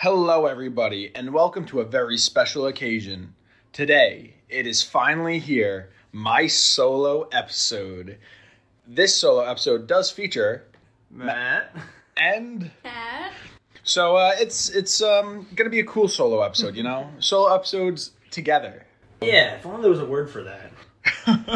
Hello, everybody, and welcome to a very special occasion. Today, it is finally here, my solo episode. This solo episode does feature Matt. and Cat. so uh, it's it's um, gonna be a cool solo episode, you know, solo episodes together. Yeah, if only there was a word for that.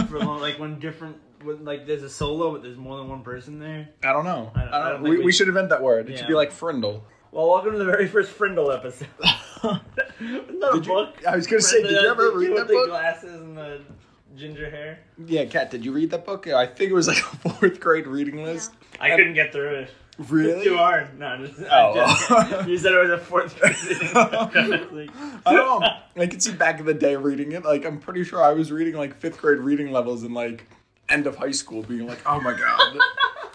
For lo- like when different, when, like there's a solo, but there's more than one person there. I don't know. I don't- I don't we, think we we- should invent that word. It should be Yeah. like frindle. Well, welcome to the very first Frindle episode. Isn't that a Did you- book? I was gonna say, did you ever read with that the book? glasses and the ginger hair. Yeah, Kat, did you read that book? I think it was like a fourth grade reading list. I couldn't get through it. Really? It's too hard. No, I'm just, Oh. oh. just, you said it was a fourth grade. I don't know. I could see back in the day reading it. Like, I'm pretty sure I was reading like fifth grade reading levels in like end of high school, being like, oh my god.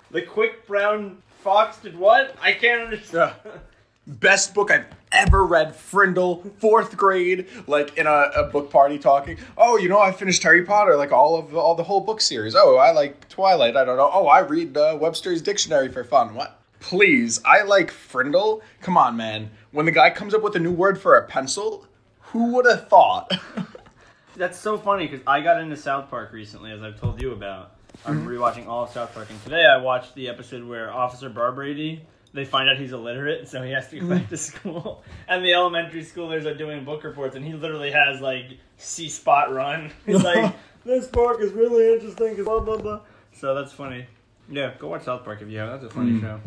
the quick brown fox did what? I can't understand. Yeah. Best book I've ever read, Frindle, fourth grade, like in a, a book party talking. Oh, you know, I finished Harry Potter, like all of all the whole book series. Oh, I like Twilight. I don't know. Oh, I read uh, Webster's Dictionary for fun. What? Please, I like Frindle. Come on, man. When the guy comes up with a new word for a pencil, who would have thought? That's so funny because I got into South Park recently, as I've told you about. I'm rewatching all of South Park, and today I watched the episode where Officer Barbrady. They find out he's illiterate, so he has to go back to school. And the elementary schoolers are doing book reports, and he literally has like C spot run. He's like, "This book is really interesting." 'cause Blah blah blah. So that's funny. Yeah, go watch South Park if you haven't. That's a funny show.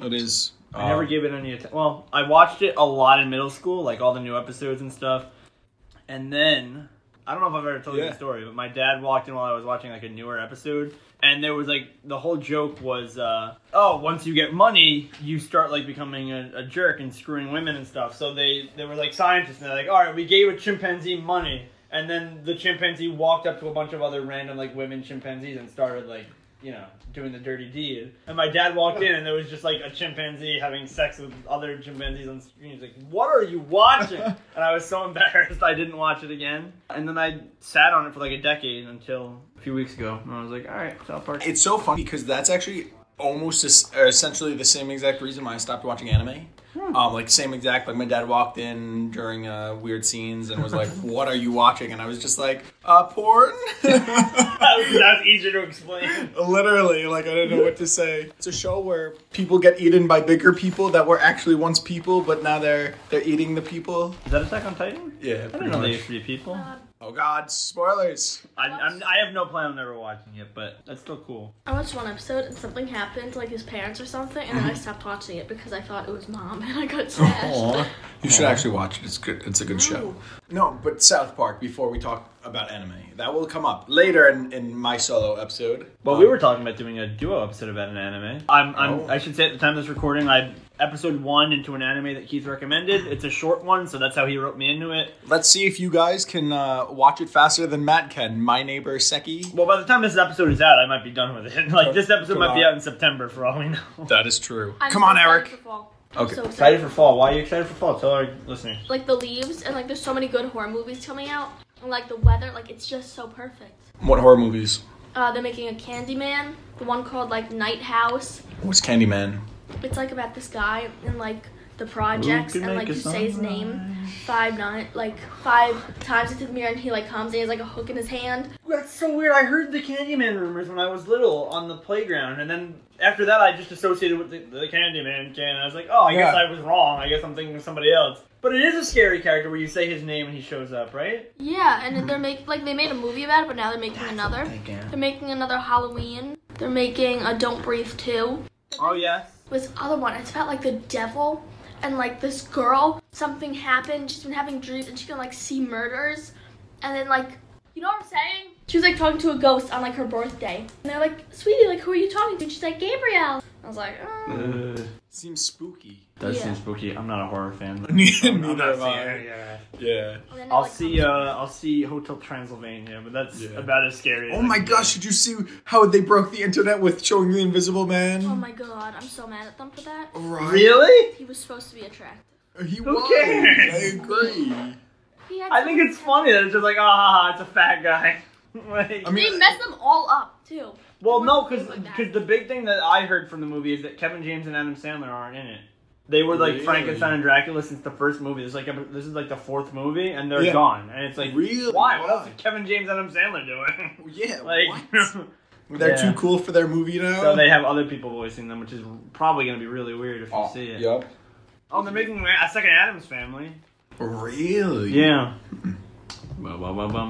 it is. uh, I never gave it any attention. Well, I watched it a lot in middle school, like all the new episodes and stuff. And then I don't know if I've ever told you Yeah. the story, but my dad walked in while I was watching like a newer episode, and there was like the whole joke was, uh, oh, once you get money, you start like becoming a, a jerk and screwing women and stuff. So they they were like scientists, and they're like, all right, we gave a chimpanzee money, and then the chimpanzee walked up to a bunch of other random like women chimpanzees and started like you know, doing the dirty deed. And my dad walked in, and there was just like a chimpanzee having sex with other chimpanzees on the screen. He's like, "What are you watching?" and I was so embarrassed, I didn't watch it again. And then I sat on it for like a decade until a few weeks ago, and I was like, "All right, South Park." It's so funny because that's actually almost as, uh, essentially the same exact reason why I stopped watching anime. Um, like same exact. Like my dad walked in during uh, weird scenes and was like, "What are you watching?" And I was just like, "Uh, porn." that, was, that was easier to explain. Literally, like I didn't know what to say. It's a show where people get eaten by bigger people that were actually once people, but now they're they're eating the people. Is that Attack on Titan? Yeah, I didn't know they used to be people. Uh, Oh God, spoilers! I, I'm, I have no plan on ever watching it, but that's still cool. I watched one episode and something happened, like his parents or something, and then I stopped watching it because I thought it was mom and I got sad. You should actually watch it. It's good. It's a good show. Oh. No, but South Park. Before we talk about anime, that will come up later in, in my solo episode. Uh, Well, we were talking about doing a duo episode about an anime. I'm, I'm Oh. I should say at the time of this recording, I episode one into an anime that Keith recommended. It's a short one, so that's how he wrote me into it. Let's see if you guys can uh, watch it faster than Matt can. My neighbor Seki. Well, by the time this episode is out, I might be done with it. Like this episode might be July. out in September for all we know. That is true. I'm come so on, excited Eric. for fall. Okay. I'm so Excited excited. for fall? Why are you excited for fall? Tell our listeners. Like the leaves and like there's so many good horror movies coming out. And like the weather, like it's just so perfect. What horror movies? Uh, they're making a Candyman, the one called like Night House. What's Candyman? It's like about this guy and like the projects Who can and like make a you say his sunrise? name five nine like five times into the mirror and he like comes and he has like a hook in his hand. That's so weird. I heard the Candyman rumors when I was little on the playground, and then after that, I just associated with the, the Candyman can. I was like, oh, I guess Yeah. I was wrong. I guess I'm thinking of somebody else. But it is a scary character where you say his name and he shows up, right? Yeah, and then they're make like they made a movie about it, but now they're making another. They're making another Halloween. They're making a Don't Breathe 2. Oh yes. This other one, it's about like the devil and like this girl. Something happened. She's been having dreams and she can like see murders. And then like, you know what I'm saying? She was like talking to a ghost on like her birthday. And they're like, sweetie, like who are you talking to? And she's like, Gabriel. I was like, Uh, oh. Seems spooky. That Yeah. seems spooky. I'm not a horror fan. But Neither I'm not am I. seeing it, yeah. Yeah. And then it, I'll like, "Oh see. comes- Uh, I'll see Hotel Transylvania, but that's Yeah. about as scary. as Oh I my can gosh! Did you see how they broke the internet with showing the Invisible Man? Oh my god, I'm so mad at them for that. Right. get. Really? He was supposed to be attractive. He Who was. cares? I agree. He had I so think many it's funny that it's just like, ah, it's a fat guy. like, I times. mean- They messed them all up too. well, no, Things because like that. the big thing that I heard from the movie is that Kevin James and Adam Sandler aren't in it. They were like Really? Frankenstein and Dracula since the first movie. This is like epi- this is like the fourth movie, and they're Yeah. gone. And it's like, Really? why? What Why? else is Kevin James and Adam Sandler doing? Yeah. like, what? They're Yeah. too cool for their movie now. so they have other people voicing them, which is probably going to be really weird if you oh, see it. Yep. Oh, they're making a second Adams Family. Really? Yeah. bum, bum, bum, bum.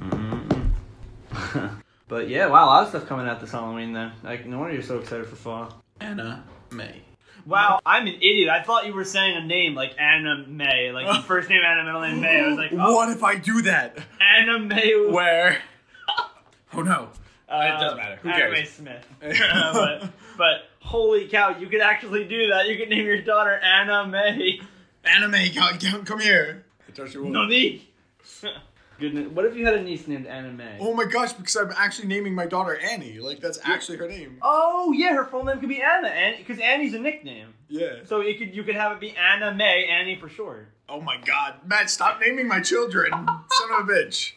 Mm-mm. but yeah, wow, a lot of stuff coming out this Halloween then. Like, no wonder you're so excited for fall. Anna May. Wow, I'm an idiot. I thought you were saying a name like Anna May, like your first name Anna, middle name May. I was like, oh, What if I do that? Anna May. Where? Oh no. Uh, it doesn't matter. Who Anna May cares? Smith. Uh, but, but holy cow, you could actually do that. You could name your daughter Anna May. Anime, come, come, come here. I touch your wood. Nani? Goodness, what if you had a niece named Anna May? Oh my gosh, because I'm actually naming my daughter Annie. Like, that's actually her name. Oh yeah, her full name could be Anna, because Annie's a nickname. Yeah. So it could you could have it be Anna May Annie for short. Oh my god. Matt, stop naming my children. Son of a bitch.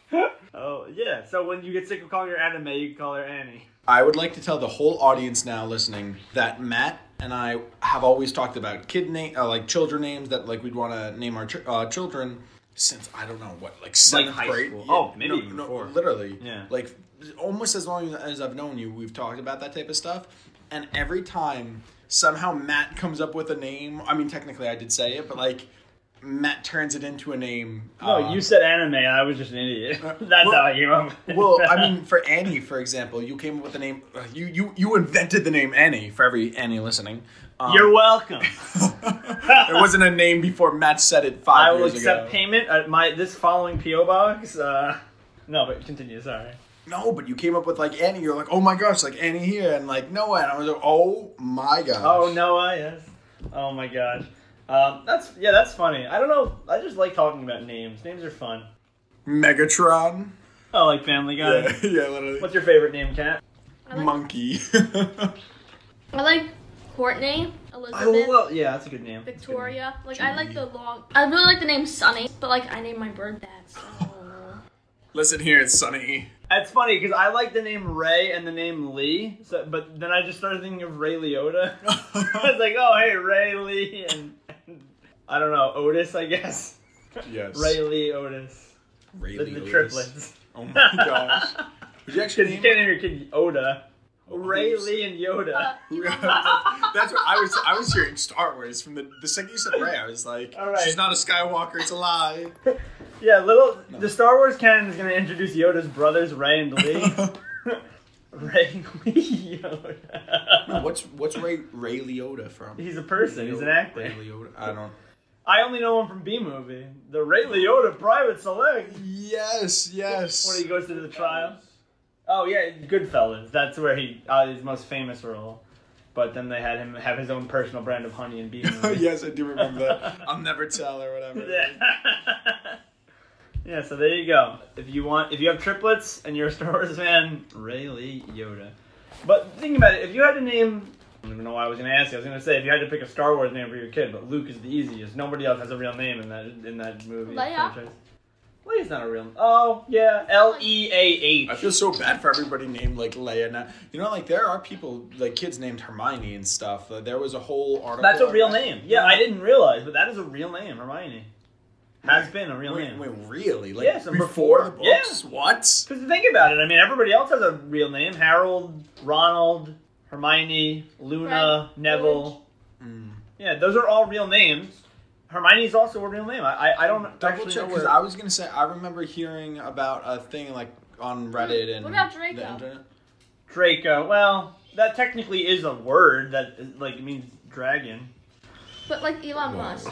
Oh yeah. So when you get sick of calling her Anna May, you can call her Annie. I would like to tell the whole audience now listening that Matt and I have always talked about kid name, uh, like children names that like we'd want to name our ch- uh, children since I don't know what, like seventh high grade. school. Yeah, Oh, maybe no, even no, before. Literally, Yeah. Like almost as long as I've known you, we've talked about that type of stuff, and every time somehow Matt comes up with a name. I mean, technically I did say it, but like Matt turns it into a name. uh, said Anna May. I was just an idiot. That's well- I came up. with it. Well, I mean, for Annie, for example, you came up with the name. uh, You you you invented the name Annie. For every Annie listening, um, you're welcome. there wasn't a name before Matt said it five I will years accept ago. payment at my this following PO box. Uh, no, but continue. Sorry. no, but you came up with like Annie. You're like, oh my gosh, like Annie here, and like Noah, and I was like, oh my gosh. Oh Noah, yes. Oh my gosh. Um, that's yeah, that's funny. I don't know. I just like talking about names. Names are fun. Megatron. I like Family Guy. Yeah, yeah, literally. What's your favorite name, Kat? I like, Monkey. I like Courtney, Elizabeth. yeah, that's a good name. Victoria. Like I like the long. I really like the name Sunny, but like I named my bird that. So. Listen here, it's Sunny. It's funny because I like the name Ray and the name Lee, so, but then I just started thinking of Ray Liotta. I was like, oh hey, Ray Lee, and, I don't know Otis, I guess. Yes. Ray Lee Otis, Ray the, the Liotta's. triplets. Oh my gosh. Would you Because actually you name can't name your kid Oda. Ray Who's- Lee and Yoda. That's what I was. I was hearing Star Wars from the the second you said Ray. I was like, All right. she's not a Skywalker. It's a lie. Yeah, little No. the Star Wars canon is gonna introduce Yoda's brothers Ray and Lee. Ray Lee Yoda. what's what's Ray Ray Liotta from? He's a person. He's an actor. Ray Liotta. I don't. I only know him from B movie, the Ray Liotta Private Select. Yes, When yes. he goes to the trial. Oh yeah, Goodfellas. That's where he uh, his most famous role. But then they had him have his own personal brand of honey and bee. movie. yes, I do remember that. I'll never tell or whatever. Yeah. yeah. So there you go. If you want, if you have triplets and you're a Star Wars fan, Ray Lee Yoda. But think about it. If you had to name, I don't even know why I was gonna ask. you. I was gonna say if you had to pick a Star Wars name for your kid, but Luke is the easiest. Nobody else has a real name in that in that movie. Leia. franchise. Leia's not a real. Oh yeah, L E A I H. feel so bad for everybody named like Leia. Now, you know, like there are people like kids named Hermione and stuff. Uh, there was a whole article. That's a real about- name. Yeah, I didn't realize, but that is a real name. Hermione has been a real Wait, name. wait, really? Like Yes, and before, the before- yeah. books? What? Because think about it, I mean, everybody else has a real name: Harold, Ronald, Hermione, Luna, Fred, Neville. George. Mm. Yeah, those are all real names. Hermione's also a real name. I I, I don't Double actually check know because where. I was gonna say I remember hearing about a thing like on Reddit and What about the Draco? internet. Draco. Well, that technically is a word that like means dragon. But like Elon Wow. Musk,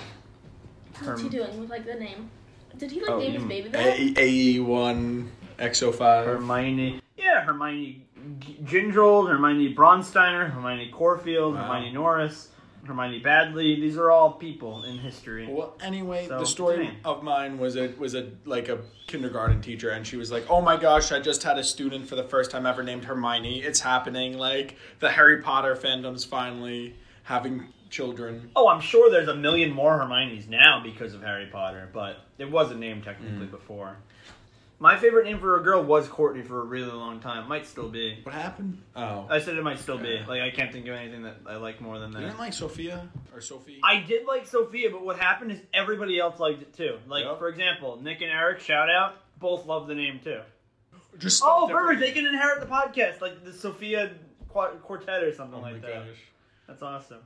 what's he Herm- doing with like the name? Did he like Oh, name you- his baby that? A- AE one XO five. Hermione. Yeah, Hermione G- Gingold, Hermione Bronsteiner, Hermione Corfield, Wow. Hermione Norris, Hermione Badley. These are all people in history. Well, anyway, So, the story dang. of mine was a was a like a kindergarten teacher, and she was like, "Oh my gosh, I just had a student for the first time ever named Hermione. It's happening! Like the Harry Potter fandom's finally having children. Oh, I'm sure there's a million more Hermiones now because of Harry Potter, but it was a name Mm. technically before. My favorite name for a girl was Courtney for a really long time. Might still be. What happened? Oh, I said it might still be. Yeah. Like I can't think of anything that I like more than you didn't that. like Sophia or Sophie? I did like Sophia, but what happened is everybody else liked it too. Like Yep. for example, Nick and Eric, shout out, both love the name too. Just Oh, different- perfect! They can inherit the podcast, like the Sophia Qua- Quartet or something Oh my like that. gosh. That's awesome.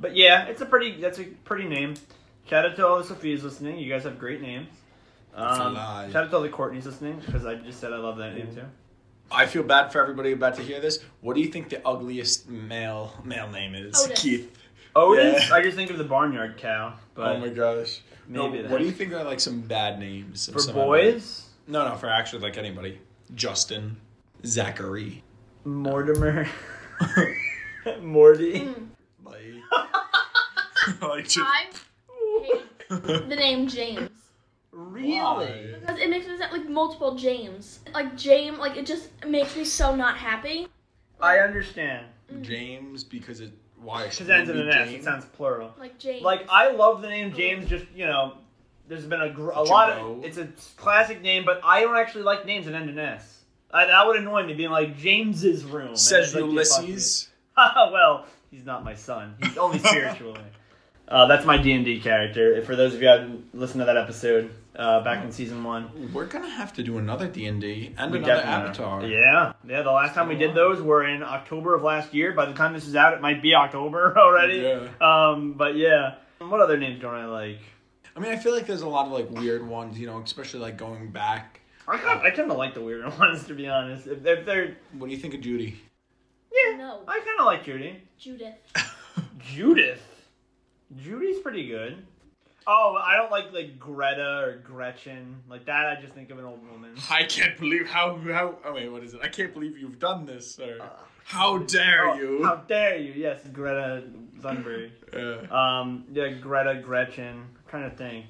But yeah, it's a pretty. That's a pretty name. Shout out to all the Sophias listening. You guys have great names. That's a Um, lie. shout out to all the Courtneys listening because I just said I love that name too. I feel bad for everybody about to hear this. What do you think the ugliest male male name is? Otis. Keith. Oh Otis. Yeah. I just think of the barnyard cow, but oh my gosh. No, maybe what do you that's- think are like some bad names of for some- boys, No, no, for actually like anybody. Justin, Zachary, Mortimer, Morty. Mm. like, like just, I hate the name James Really? Why? because it makes me sound like multiple James. Like James, like it just makes me so not happy. Mm, I understand James because it why because should it ends in be an S. It James? sounds plural. Like James. Like I love the name James. Just you know, there's been a, gr- a lot Jimbo. of it's a classic name, but I don't actually like names that end in S. I, that would annoy me being like James's room. and says it's like, you fucked Ulysses. me. Oh, well, he's not my son. He's only spiritually. Uh, that's my D and D character. For those of you who haven't listened to that episode uh, back in season one, We're gonna have to do another D and D and we another definitely- Avatar. Yeah, yeah. The last time we did those were in October of last year. By the time this is out, it might be October already. Yeah. Um, but yeah. What other names don't I like? I mean, I feel like there's a lot of like weird ones, you know, especially like going back. I, kind of, I tend to like the weirder ones, to be honest. If, if they're What do you think of Judy? yeah, No. I kind of like Judy. Judith. Judith, Judy's pretty good. Oh, I don't like like Greta or Gretchen like that. I just think of an old woman. I can't believe how how. Oh wait, what is it? I can't believe you've done this, sir. how dare Oh, you? Uh, How dare you? Yes, Greta Thunberg. Uh, um, yeah, Greta Gretchen. Kind of think.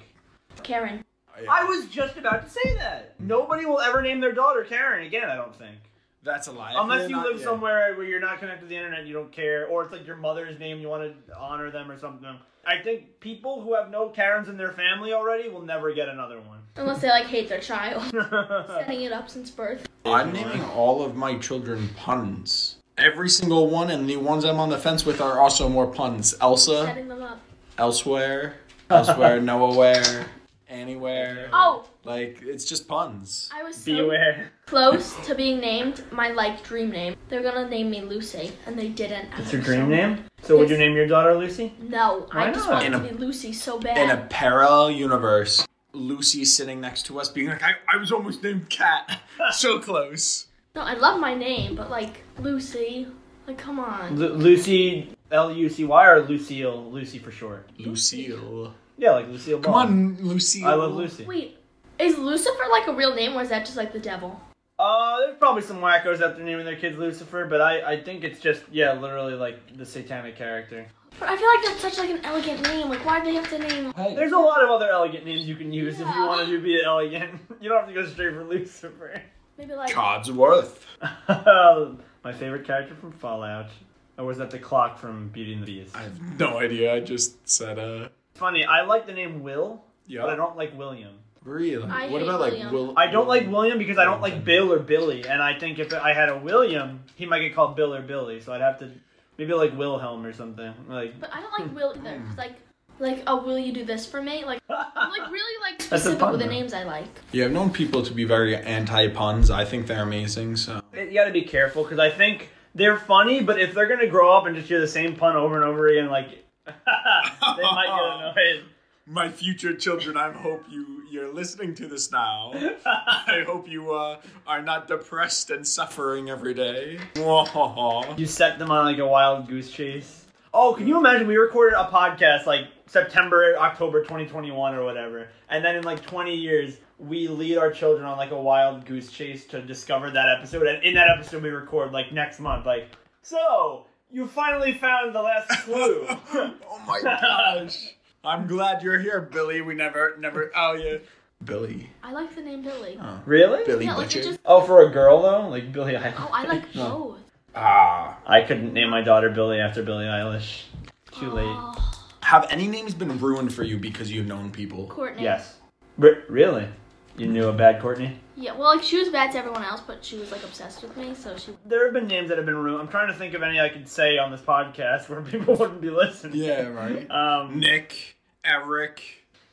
Karen. yeah. I was just about to say that. Nobody will ever name their daughter Karen again. I don't think. That's a lie. Unless They're you not- live yeah. somewhere where you're not connected to the internet, you don't care, or it's like your mother's name, you want to honor them or something. I think people who have no Karens in their family already will never get another one. Unless they like hate their child. Setting it up since birth. I'm naming all of my children puns. Every single one, and the ones I'm on the fence with are also more puns. Elsa, Setting them up. elsewhere, elsewhere, nowhere, anywhere. Oh, Like it's just puns. I was so Beware. close to being named my like dream name. They're gonna name me Lucy, and they didn't. It's your dream name? So would you Yes. name your daughter Lucy? No, Why I just not? wanted In to a- be Lucy so In bad. a parallel universe, Lucy sitting next to us, being like, "I, I was almost named Cat. so close." no, I love my name, but like Lucy, like come on. Lu Lucy, L U C Y, or Lucille? Lucy for short. Lucille. Yeah, like Lucille Come Ball. on, Lucille. I love Lucy. Wait, is Lucifer like a real name, or is that just like the devil? Uh, there's probably some wackos out there naming their kids Lucifer, but I, I think it's just, yeah, literally like the satanic character. But I feel like that's such like an elegant name. Like why do they have to name? Hey. There's a lot of other elegant names you can use if you Yeah. wanted to be elegant. You don't have to go straight for Lucifer. Maybe like Codsworth. Um, My favorite character from Fallout. Or was that the clock from Beauty and the Beast? I have no idea. I just said, uh, Funny, I like the name Will, but I yeah. don't like William. Really? I what hate about like William. Will? I don't like William because I don't like Bill or Billy, and I think if I had a William, he might get called Bill or Billy, so I'd have to maybe like Wilhelm or something. Like But I don't like Will either. 'cause, like, like, oh, will you do this for me? Like, I'm like really like a specific pun, with the though. names I like. Yeah, I've known people to be very anti puns. I think they're amazing. So you got to be careful because I think they're funny, but if they're gonna grow up and just hear the same pun over and over again, like they might get annoyed. my future children, I hope you you're listening to this now. I hope you uh, are not depressed and suffering every day. Mwahaha. You set them on like a wild goose chase. Oh, can you imagine? We recorded a podcast like September, October 2021 or whatever. And then in like 20 years, we lead our children on like a wild goose chase to discover that episode. And in that episode, we record like next month. Like, so you finally found the last clue. oh my gosh! I'm glad you're here, Billy. We never never. Oh yeah, Billy. I like the name Billy. Uh, Oh. really? Billy Yeah, like Butcher. it just. Oh, for a girl though? Like Billie Eilish. Oh, I like both. ah, I couldn't name my daughter Billie after Billie Eilish. Too late. Oh, Have any names been ruined for you because you've known people? Courtney. Yes. R- really? You knew a bad Courtney? Yeah. Well, like she was bad to everyone else, but she was like obsessed with me, so she. There have been names that have been ruined. I'm trying to think of any I could say on this podcast where people wouldn't be listening. Yeah, right. Um, Nick, Eric,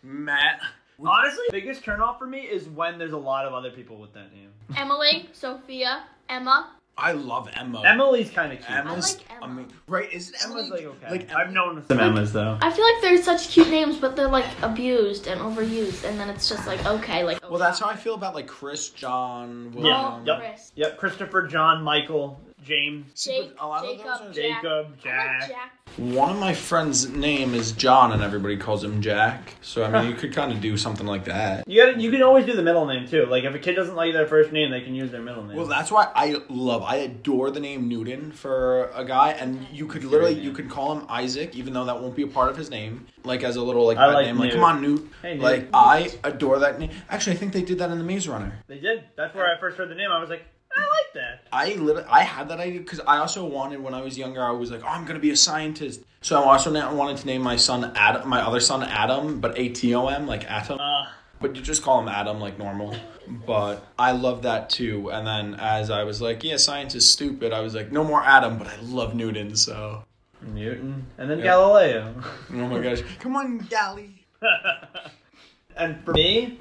Matt. honestly, biggest turnoff for me is when there's a lot of other people with that name. Emily, Sophia, Emma. I love Emma. Emily's kind of cute. Emma's I like Emma. ama- right? Is Emma Emily's like okay. like I've known some Emmas though. I feel like they're such cute names, but they're like abused and overused, and then it's just like okay, like. Well, that's how I feel about like Chris, John, Yeah. William. Yep. Chris, Yep, Christopher, John, Michael, James, See, Jake, but a lot of those are- Jacob, Jack. Jacob, I Jack. like Jack. One of my friends' name is John, and everybody calls him Jack. So I mean, you could kind of do something like that. You gotta, you can always do the middle name too. Like if a kid doesn't like their first name, they can use their middle name. Well, that's why I love, I adore the name Newton for a guy, and you could literally, you could call him Isaac, even though that won't be a part of his name, like as a little like, I pet like name, like Newt. come on Newt, Hey, Newt. like I adore that name. Actually, I think they did that in The Maze Runner. they did. That's where I first heard the name. I was like, I like that. I literally, I had that idea because I also wanted when I was younger, I was like, oh, I'm gonna be a scientist. So I also na- wanted to name my son Adam, my other son Adam, but A T O M, like atom. Uh, But you just call him Adam like normal. But I love that too. And then as I was like, yeah, science is stupid, I was like, no more Adam, but I love Newton, so. Newton, and then Yeah. Galileo. Oh my gosh. Come on, Galley. and for me,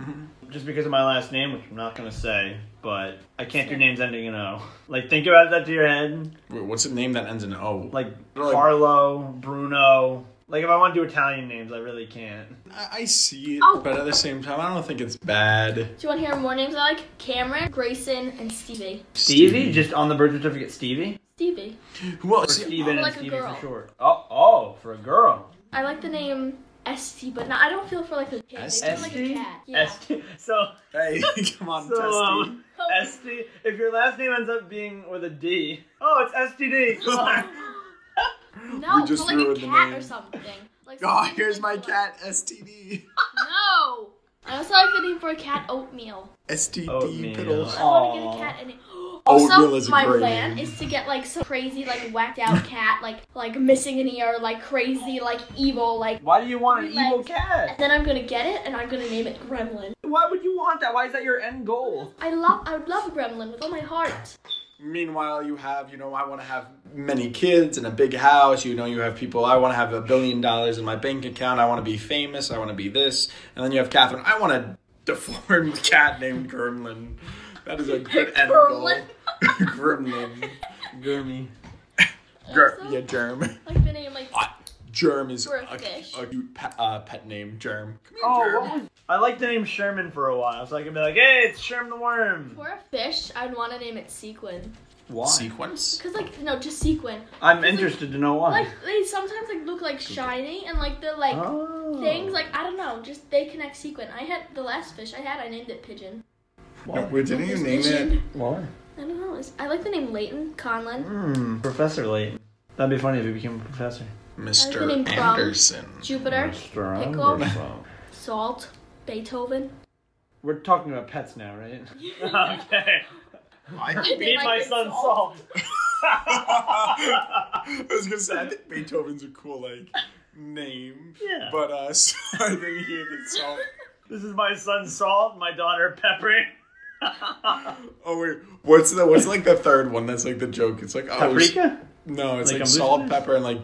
just because of my last name, which I'm not gonna say, but I can't do names ending in O. Like think about that to your head. Wait, what's a name that ends in O? Like Like- Carlo, Bruno. Like if I want to do Italian names, I really can't. I, I see it, Oh. but at the same time, I don't think it's bad. Do you want to hear more names I like? Cameron, Grayson, and Stevie. Stevie, just on the birth certificate, Stevie. Stevie. Oh, Who Or else? Steven Like and a Stevie for girl. short. Oh, oh, for a girl. I like the name Esty, but not, I don't feel for like a kid. I feel like Esty? a cat. Yeah. Esti- so, Hey, come on, so Testy. um, Oh, Esti, if your last name ends up being with a D, oh, it's STD. Come on. no, we just but like a ruined the cat name. or something. Like Oh, something here's my like- cat, STD. No. I also like the name for a cat, Oatmeal. STD Oatmeal. Piddles. I want Aw. to get a cat any. Oatmeal Also, is a my great plan name. is to get like some crazy, like whacked out cat, like like missing an ear, like crazy, like evil, like. Why do you want an Three evil legs. cat? And then I'm gonna get it, and I'm gonna name it Gremlin. Why would you want that? Why is that your end goal? I love, I would love a Gremlin with all my heart. Meanwhile, you have, you know, I want to have many kids and a big house. You know, you have people, I want to have a billion dollars in my bank account. I want to be famous. I want to be this. And then you have Catherine. I want a deformed cat named Gremlin. That is a good end goal. Gremlin. Gremlin. Gurmy. Ger- Also, yeah, Germ. Like the name, like Ah, Germ is For a, a fish. a cute pet, uh, pet name. Germ. Come here, Oh, Germ. what was? I liked the name Sherman for a while, so I could be like, hey, it's Sherm the Worm. for a fish, I'd want to name it Sequin. Why? Sequence? Cause like no, just Sequin. I'm interested to know why. Like they sometimes like look like shiny and like they're like oh. things like I don't know, just they connect sequin. I had the last fish I had, I named it pigeon. No, Why? wait, didn't you There's name pigeon. it? Why? I don't know. it's- I like the name Leighton Conlon, Hmm, Professor Layton. That'd be funny if he became a professor. the Mr. name Crumb. Anderson. Jupiter, Mr. Pickle. Anderson. Salt, Beethoven. We're talking about pets now, right? okay. I- They Be like my it son salt. Salt. I was gonna say I think Beethoven's a cool like name. Yeah. But uh so I didn't hear the song. this is my son Salt, my daughter Pepper. Oh wait, what's the what's like the third one that's like the joke? It's like oh s- Paprika? no, it's Like like, a salt, moose? pepper, and like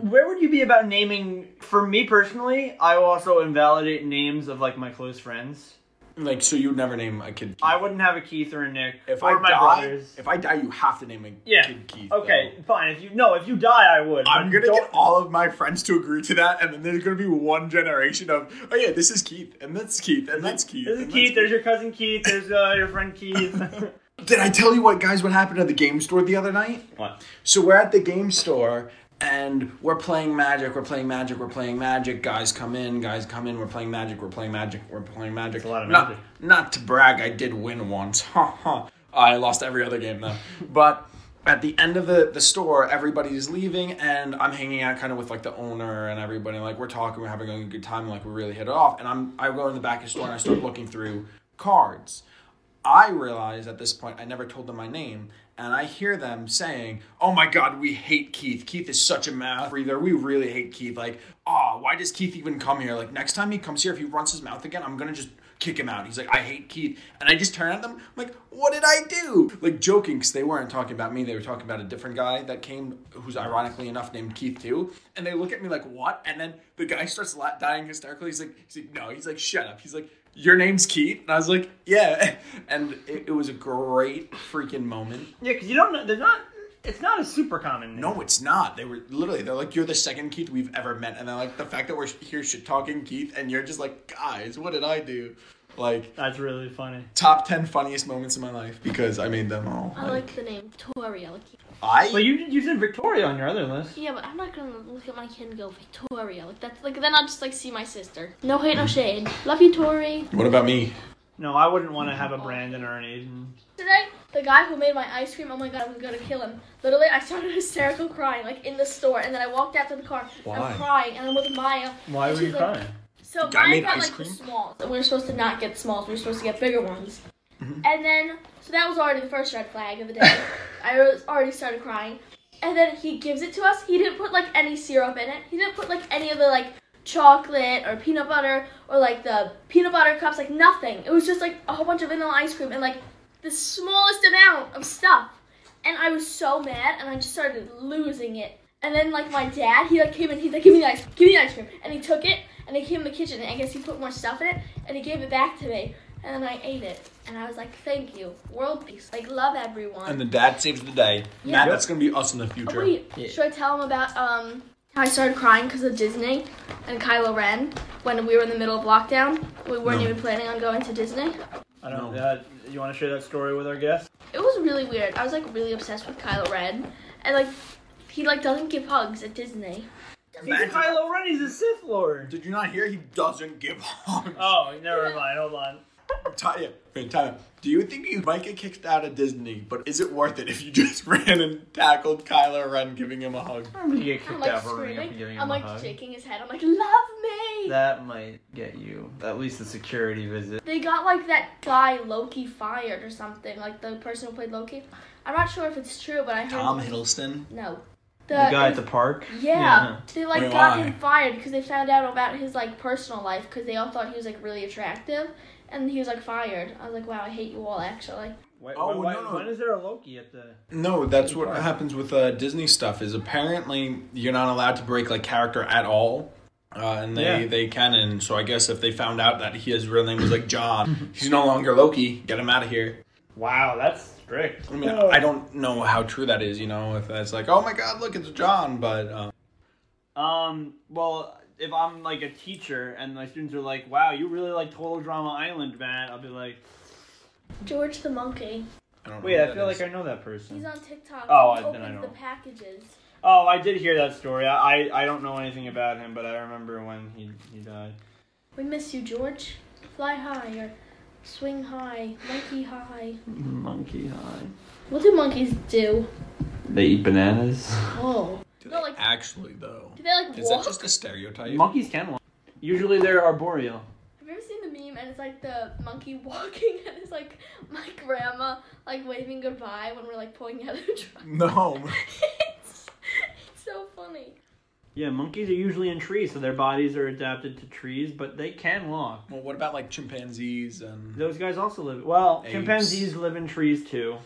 Where would you be about naming? For me personally, I also invalidate names of like my close friends. like so you'd never name a kid Keith. I wouldn't have a Keith or a Nick if or I my die brothers. if I die you have to name a yeah. kid Keith. okay, though. fine. If you no, if you die, I would. I'm but gonna don't- get all of my friends to agree to that, and then there's gonna be one generation of, oh yeah, this is Keith, and that's Keith, and that's Keith. This and is that's Keith. There's your cousin Keith. There's uh, your friend Keith. Did I tell you what, guys, what happened at the game store the other night? what? So we're at the game store and we're playing magic, we're playing magic, we're playing magic. Guys come in, guys come in, we're playing magic, we're playing magic, we're playing magic. a lot of not, magic. Not to brag, I did win once. Ha ha. I lost every other game though. But at the end of the, the store, everybody's leaving and I'm hanging out kind of with like the owner and everybody. Like we're talking, we're having a good time, like we really hit it off. And I'm I go in the back of the store and I start looking through cards. I realized at this point I never told them my name, and I hear them saying, "Oh my God, we hate Keith. Keith is such a mouth breather. We really hate Keith. Like, ah, why does Keith even come here? Like, next time he comes here, if he runs his mouth again, I'm gonna just." Kick him out. He's like, I hate Keith. And I just turn at them. I'm like, what did I do? Like, joking, because they weren't talking about me. They were talking about a different guy that came, who's ironically enough named Keith, too. And they look at me like, what? And then the guy starts la- dying hysterically. He's like, he's like, no. He's like, shut up. He's like, your name's Keith? And I was like, yeah. And it, it was a great freaking moment. Yeah, because you don't know. They're not. It's not a super common name. No, it's not. They were literally, they're like, you're the second Keith we've ever met. And they're like, the fact that we're here shit talking Keith, and you're just like, guys, what did I do? Like, That's really funny. top 10 funniest moments in my life because I made them all. I like the name Victoria. Like, I, But you did- you said Victoria on your other list. yeah, but I'm not gonna look at my kid and go Victoria. Like that's like then I'll just like see my sister. No hate, no shade. Love you, Tori. what about me? No, I wouldn't want to have a Brandon or an Aiden. Today, the guy who made my ice cream, oh my god, I'm gonna kill him. Literally, I started hysterical crying, like in the store, and then I walked out to the car. Why? I'm crying, and I'm with Maya. Why and were you she's like- crying? So guy I made got ice like cream? the smalls. We were supposed to not get smalls. We were supposed to get bigger ones. And then, so that was already the first red flag of the day. I was already started crying. And then he gives it to us. He didn't put like any syrup in it. He didn't put like any of the like chocolate or peanut butter or like the peanut butter cups. Like nothing. It was just like a whole bunch of vanilla ice cream and like the smallest amount of stuff. And I was so mad, and I just started losing it. And then like my dad, he like came in, he's like, "Give me the ice, give me the ice cream," and he took it, and he came in the kitchen, and I guess he put more stuff in it, and he gave it back to me, and then I ate it, and I was like, "Thank you, world peace, like love everyone." And the dad saves the day. Yeah. Matt, that's going to be us in the Oh, future. wait, Yeah. should I tell him about um how I started crying because of Disney and Kylo Ren when we were in the middle of lockdown? We weren't No. even planning on going to Disney. I don't. No. Uh, you want to share that story with our guest? It was really weird. I was like really obsessed with Kylo Ren, and like he like doesn't give hugs at Disney. He's Imagine- Kylo Ren. He's a Sith Lord. Did you not hear? He doesn't give hugs. Oh, never mind. Hold on. Taya, wait, Taya, do you think you might get kicked out of Disney, but is it worth it if you just ran and tackled Kylo Ren giving him a hug? I'm gonna get I'm kicked like out for running up and giving screaming. him I'm a like hug. shaking his head. I'm like, love me. That might get you at least a security visit. they got like that guy Loki fired or something. Like the person who played Loki. I'm not sure if it's true, but I heard. Tom Hiddleston? No. The guy at the park. Yeah, Yeah. they like Wait, got why? him fired because they found out about his like personal life because they all thought he was like really attractive, and he was like fired. I was like, wow, I hate you all actually. Wait, Oh, wait, wait, no, no. When is there a Loki at the? No, that's what happens with uh, Disney stuff. Is apparently you're not allowed to break like character at all, uh, and they Yeah. they can. And so I guess if they found out that he, his real name was like John, he's no longer Loki. Get him out of here. Wow, that's strict. I mean, I don't know how true that is. You know, if that's like, oh my God, look, it's John. But uh, Um, well, if I'm like a teacher and my students are like, "Wow, you really like Total Drama Island, Matt," I'll be like, George the monkey. I don't. know "Wait, who I that feel is. like I know that He's person." on TikTok. Oh, he I- then I opens the don't. packages. Oh, I did hear that story. I I don't know anything about him, but I remember when he he died. We miss you, George. Fly high or swing high, monkey high. Monkey high. What do monkeys do? They eat bananas. Oh. Do No, they like- actually though, Do they like is that walk? just a stereotype? Monkeys can walk. Usually they're arboreal. Have you ever seen the meme and it's like the monkey walking and it's like my grandma like waving goodbye when we're like pulling out of the truck? No. it's, it's so funny. Yeah, monkeys are usually in trees, so their bodies are adapted to trees, but they can walk. Well, what about like chimpanzees and Those guys also live. Well, Apes. chimpanzees live in trees too.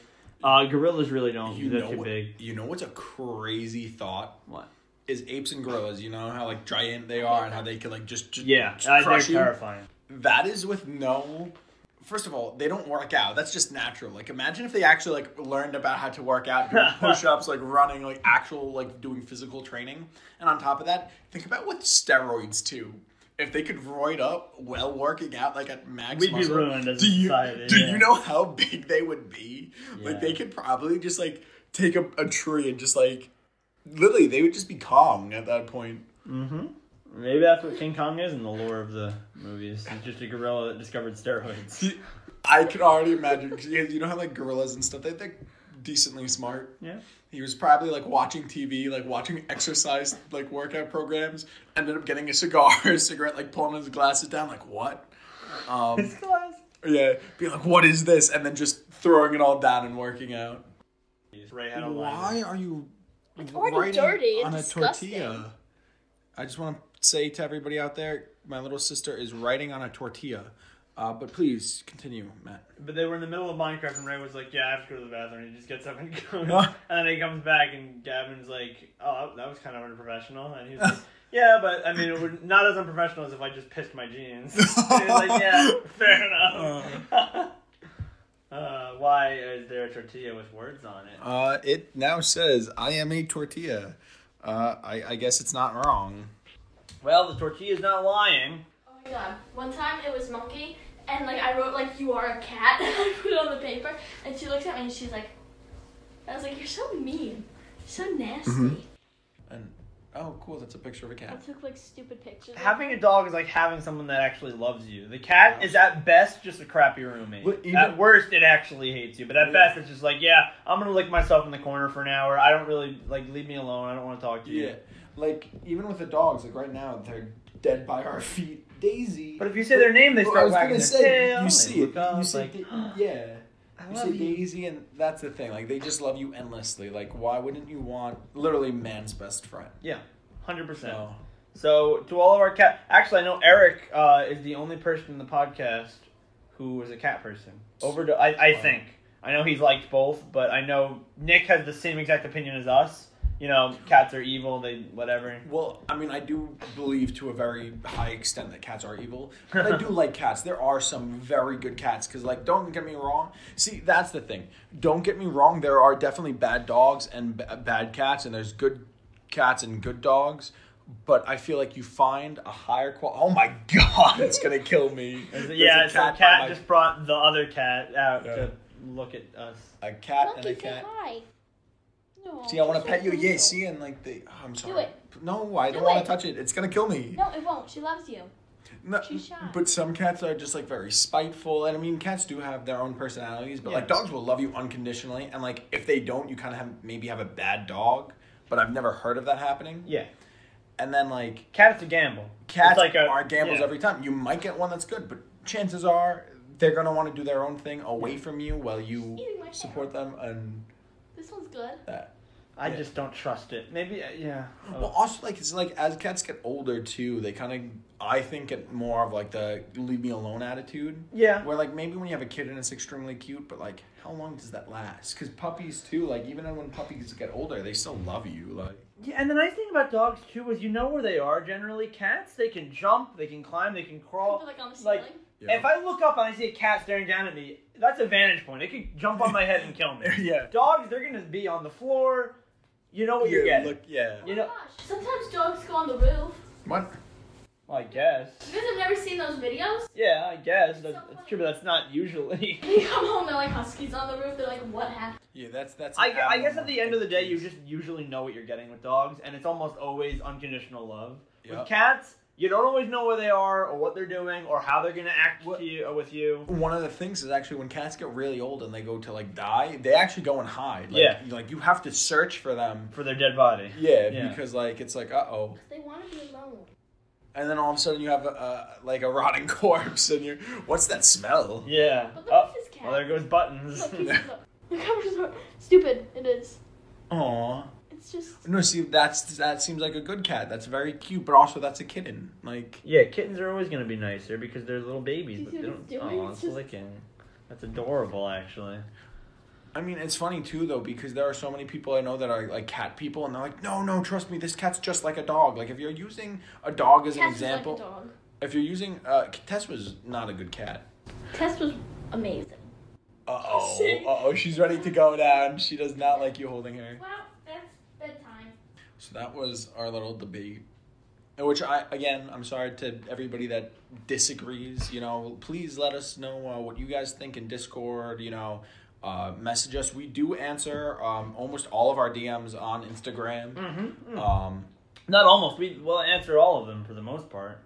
Uh, gorillas really don't. you They're know too what, big. you know what's a crazy thought? What? is apes and gorillas. You know how like giant they are and how they can like just, just Yeah, just uh, they're crush you. terrifying. That is with no. First of all, they don't work out. That's just natural. Like imagine if they actually like learned about how to work out, doing push-ups, like running, like actual like doing physical training. And on top of that, think about what steroids too. If they could roid up while working out, like at max, We'd be muscle, ruined as a do you, society, Do yeah. you know how big they would be? Yeah. Like they could probably just like take a, a tree and just like literally they would just be Kong at that point. Mm-hmm. Maybe that's what King Kong is in the lore of the movies. He's just a gorilla that discovered steroids. I can already imagine 'cause you you know how like gorillas and stuff they they're decently smart. Yeah. He was probably like watching TV, like watching exercise, like workout programs. Ended up getting a cigar, a cigarette, like pulling his glasses down, like what? Um, class. yeah, be like, what is this? And then just throwing it all down and working out. Ray had a Why are you It's already writing dirty. It's on a disgusting. tortilla? I just want to say to everybody out there, my little sister is writing on a tortilla. Uh, but please continue, Matt. But they were in the middle of Minecraft, and Ray was like, "Yeah, I have to go to the bathroom." He just gets up and goes, Huh? and then he comes back, and Gavin's like, "Oh, that was kind of unprofessional," and he's like. Yeah, but I mean, it would not as unprofessional as if I just pissed my jeans. And he's like, yeah, fair enough. uh, why is there a tortilla with words on it? Uh, it now says I am a tortilla. Uh, I, I guess it's not wrong. Well, the tortilla's not lying. Oh my god. One time it was monkey, and like I wrote like you are a cat, and I put it on the paper, and she looks at me and she's like, I was like, you're so mean, so nasty. Mhm. And oh, cool! That's a picture of a I cat. took like stupid pictures. of Having a dog is like having someone that actually loves you. The cat is at best just a crappy roommate. Well, even- at worst, it actually hates you. But at Yeah. best, it's just like, yeah, I'm gonna lick myself in the corner for an hour. I don't really like leave me alone. I don't want to talk to you. Yeah, like even with the dogs, like right now they're dead by our feet. Daisy. But if you say their name, they Well, start I was wagging gonna their say tail. you they see look it. up, you see like, da- yeah. I You love see you. Daisy, and that's the thing. Like they just love you endlessly. Like why wouldn't you want literally man's best friend? Yeah, hundred percent. So So to all of our cat, actually, I know Eric uh, is the only person in the podcast who was a cat person. Over, to, I, I Wow. think I know he's liked both, but I know Nick has the same exact opinion as us. You know, cats are evil. They whatever. well, I mean, I do believe to a very high extent that cats are evil. But I do like cats. There are some very good cats because, like, don't get me wrong. See, that's the thing. Don't get me wrong. There are definitely bad dogs and b- bad cats, and there's good cats and good dogs. But I feel like you find a higher quality. Oh my god, it's gonna kill me. There's yeah, so cat, by my- just brought the other cat out Yeah. to look at us. a cat Monkey, and a say cat. hi. No. See, I want she's to so pet you. Yeah, gentle. see, and like the. Oh, I'm sorry. it. No, I Do don't want it. to touch it. It's gonna kill me. No, it won't. She loves you. No, She's shy. but some cats are just like very spiteful, and I mean, cats do have their own personalities. But Yeah. like dogs will love you unconditionally, and like if they don't, you kind of have maybe have a bad dog. But I've never heard of that happening. Yeah, And then like cats a gamble. It's cats like a- are gambles yeah. every time. You might get one that's good, but chances are they're gonna want to do their own thing away from you while you Eating my hair. support them and This one's good. that. I Yeah. just don't trust it. Maybe uh, yeah. Oh. Well, also like it's like as cats get older too, they kind of I think get more of like the leave me alone attitude. yeah. Where like maybe when you have a kid and it's extremely cute, but like how long does that last? Because puppies too, like even when puppies get older, they still love you. Like Yeah, and the nice thing about dogs too is you know where they are generally. Cats, they can jump, they can climb, they can Put it, crawl. like on the like- ceiling. If I look up and I see a cat staring down at me, that's a vantage point. It could jump on my head and kill me. yeah, Dogs, they're gonna be on the floor. You know what you're yeah, getting. look, yeah. you oh my know, gosh. Sometimes dogs go on the roof. What? well, I guess. You guys have never seen those videos? Yeah, I guess that's, that's true, but that's not usually. They come home, they're like huskies on the roof. They're like, what happened? Yeah, that's that's. I, an I guess at the abnormal end of the day, you case. just usually know what you're getting with dogs, and it's almost always unconditional love. Yeah. With cats, you don't always know where they are or what they're doing or how they're gonna act What- to you, or with you. One of the things is actually when cats get really old and they go to like die, they actually go and hide. Like, Yeah. like you have to search for them. for their dead body. Yeah, Yeah. because like it's like uh oh, They want to be alone. and then all of a sudden you have a, a like a rotting corpse, and you're what's that smell? Yeah. But look Oh, at this cat. well, there goes buttons. Look, he's look. Look how resor- stupid it is. Aww. It's just. No, see, that's that seems like a good cat. That's very cute, but also that's a kitten. Like, yeah, kittens are always gonna be nicer because they're little babies. You But see they what don't. he's doing? Oh, It's it's just- licking. That's adorable, actually. I mean, it's funny too though because there are so many people I know that are like cat people, and they're like, no, no, trust me, this cat's just like a dog. Like, if you're using a dog as an Tess example, was like a dog. if you're using uh, Tess was not a good cat. Tess was amazing. Uh See? oh, she's ready to go down. She does not like you holding her. Well, that's bedtime. So that was our little debate. in Which I again, I'm sorry to everybody that disagrees. You know, please let us know uh, what you guys think in Discord. You know, uh, message us. We do answer um, almost all of our DMs on Instagram. Mm-hmm. Um, Not almost. We will answer all of them for the most part.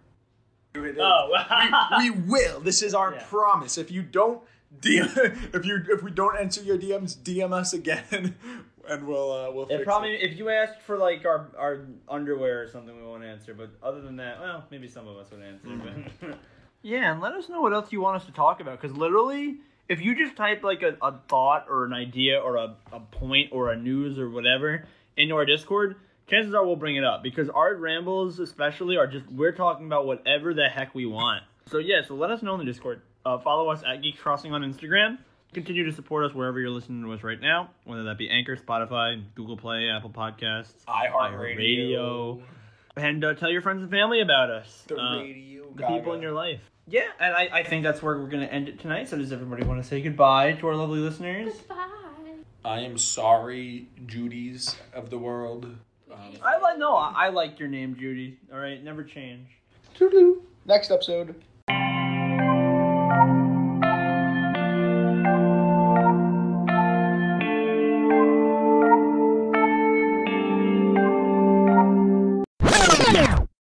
we will. This is our Oh. Yeah. promise. If you don't DM, if you if we don't answer your DMs, DM us again, and we'll uh, we'll fix It probably if you asked for like our our underwear or something, we won't answer. But other than that, well, maybe some of us would answer. But yeah, and let us know what else you want us to talk about because literally, if you just type like a, a thought or an idea or a, a point or a news or whatever into our Discord, chances are we'll bring it up because our rambles, especially, are just we're talking about whatever the heck we want. So, yeah, so let us know in the Discord. Uh, follow us at Geek Crossing on Instagram. Continue to support us wherever you're listening to us right now, whether that be Anchor, Spotify, Google Play, Apple Podcasts, iHeartRadio. Radio, and uh, tell your friends and family about us. The Uh, radio. the people in your life. Yeah, and I, I think that's where we're going to end it tonight. So, does everybody want to say goodbye to our lovely listeners? Goodbye. I am sorry, Judy's of the world. Um, I like no, I, I like your name, Judy. All right, never change. Next episode.